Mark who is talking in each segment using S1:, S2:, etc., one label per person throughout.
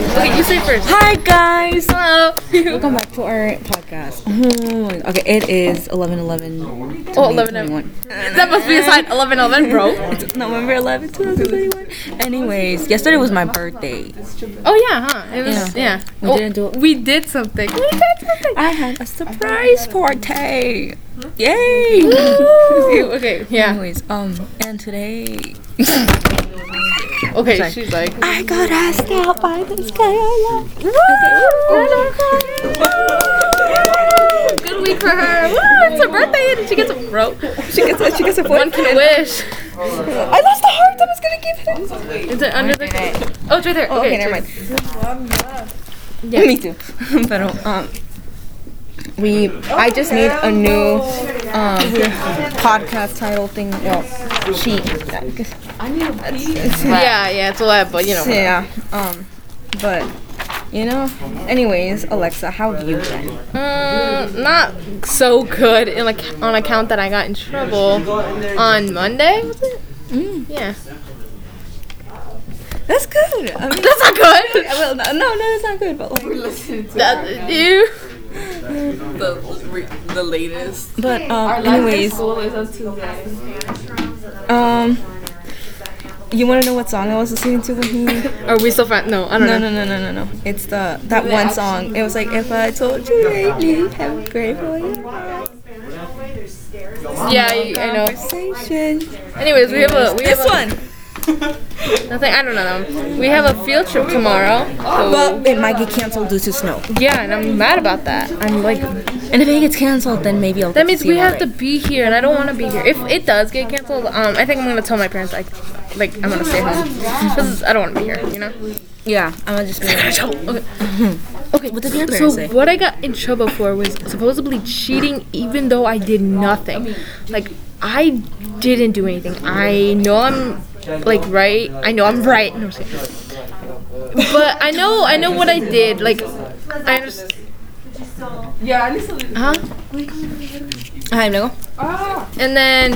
S1: you say first.
S2: Hi guys.
S1: Hello.
S2: Welcome back to our podcast. Hmm, Okay, it is 11 11
S1: Oh, 11 11. That must be a sign. 11 11, bro.
S2: It's November 11 2021. Anyways, yesterday was my birthday.
S1: Oh, yeah, huh? It was, yeah.
S2: We
S1: Oh,
S2: didn't do it.
S1: We did something. We did something.
S2: I had a surprise party. Yay!
S1: Ew, okay, yeah.
S2: Anyways, um, and today
S1: Okay,
S2: Sorry.
S1: she's like,
S2: I got asked out by this guy I love.
S1: good week for her. Woo, it's her birthday, and she gets a bro.
S2: She gets a, she gets a
S1: One can wish.
S2: I lost the heart I was gonna give him.
S1: Is it under the. Oh, it's right there.
S2: okay,
S1: Okay,
S2: never
S1: it's-
S2: mind. Me too. Pero um, we I just need a new um podcast title thing. Well, she
S1: Yeah, yeah, it's a lot, but you know.
S2: yeah um, but you know. Anyways, Alexa, how have you been?
S1: Mm, not so good in like on account that I got in trouble on Monday. Was it?
S2: Mm.
S1: Yeah,
S2: That's good. I mean,
S1: that's not good.
S2: well, no, no, that's not good. But like,
S1: That, ew.
S3: the latest.
S2: but um, anyways,
S3: is on Tuesday.
S2: um, you want to know what song I was listening to when he?
S1: Are Oh, we still friends? No, I don't
S2: No,
S1: know.
S2: no, no, no, no, no. It's the that one song. It was like if I told you lately how grateful you are.
S1: Yeah, I, I know.
S2: Conversation.
S1: Anyways, we have a we have
S2: This
S1: a,
S2: one.
S1: Nothing. I don't know them. We have a field trip tomorrow. So
S2: Well, it might get canceled due to snow.
S1: yeah, and I'm mad about that. I'm like,
S2: And if it gets canceled, then maybe I'll.
S1: that means we have to be here, and I don't want to be here. If it does get canceled, um, I think I'm gonna tell my parents like, like I'm gonna stay home because I don't want to be here. You know.
S2: Yeah, I'm gonna just be. Like,
S1: Okay.
S2: okay, what did your
S1: So
S2: parents say?
S1: what I got in trouble for was supposedly cheating, even though I did nothing. Like I didn't do anything. I know I'm like right. I know I'm right. No, I'm just kidding. but I know I know what I did. Like I just
S3: Yeah, I need to.
S1: huh.
S2: Hi, Nego.
S3: Ah,
S1: And then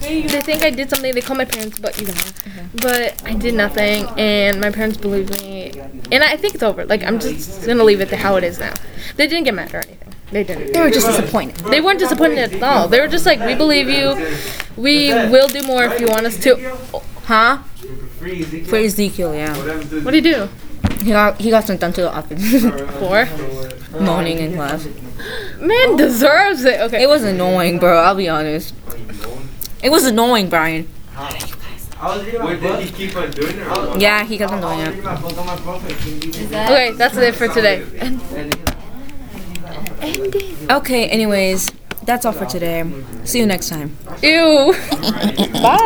S1: they think I did something. They call my parents, but you know,
S2: Mm-hmm.
S1: but I did nothing, and my parents believe me. And I think it's over. Like I'm just gonna leave it to how it is now. They didn't get mad or anything. They didn't.
S2: They were just disappointed.
S1: They weren't disappointed at all. They were just like, we believe you. We will do more if you want us to.
S2: Huh?
S4: Free Ezekiel.
S2: For Ezekiel, yeah.
S1: What do you do?
S2: He got he got sent down to the office,
S1: For?
S2: moaning in class.
S1: Man deserves it.
S2: Oh. It
S1: Okay.
S2: was annoying, bro. I'll be honest. It was annoying, Brian.
S4: What did he keep on doing? Or what?
S2: Yeah, he got annoying.
S4: my book on my phone. Is
S1: Okay, that's it for today. And
S2: Okay, anyways, that's all for today. See you next time.
S1: ew. Bye.